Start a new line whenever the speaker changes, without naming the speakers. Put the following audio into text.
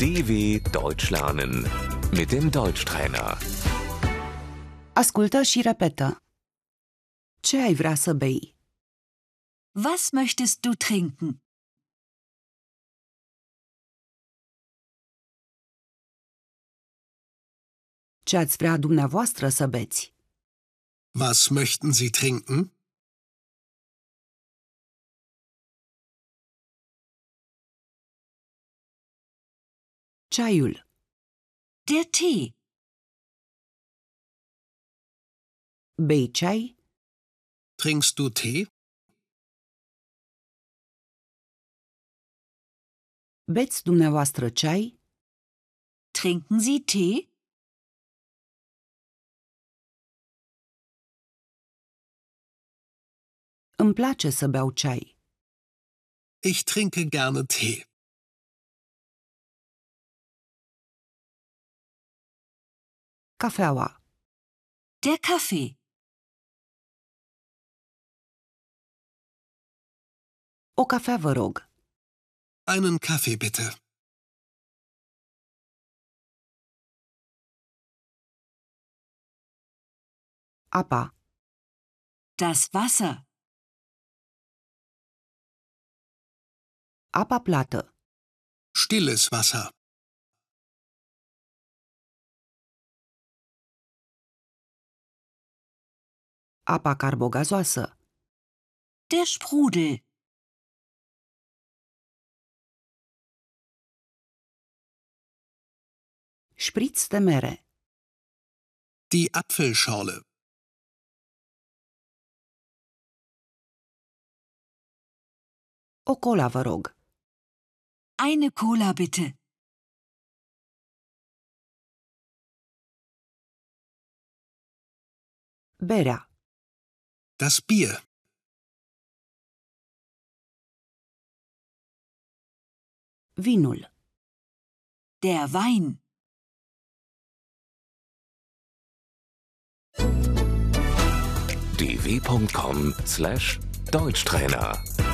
DW Deutsch lernen mit dem Deutschtrainer.
Ascultă și repetă. Ce ai vrea să bei?
Was möchtest du trinken?
Ce ați vrea dumneavoastră să beți?
Was möchten Sie trinken?
Ceaiul,
Der Tee.
bei ceai,
Trinkst du Tee?
beți dumneavoastră ceai,
Trinken Sie Tee?
îmi place să beau ceai.
Ich trinke gerne Tee.
Cafeaua,
Der Kaffee.
o cafea vă rog,
Einen Kaffee bitte.
apa,
Das Wasser.
apa plată,
Stilles Wasser.
apa carbogazoasă,
Der Sprudel.
șpriț de mere,
Die Apfelschorle.
o cola vă rog,
Eine Cola bitte.
berea,
Das Bier.
vinul,
Der Wein.
dw.com/deutschtrainer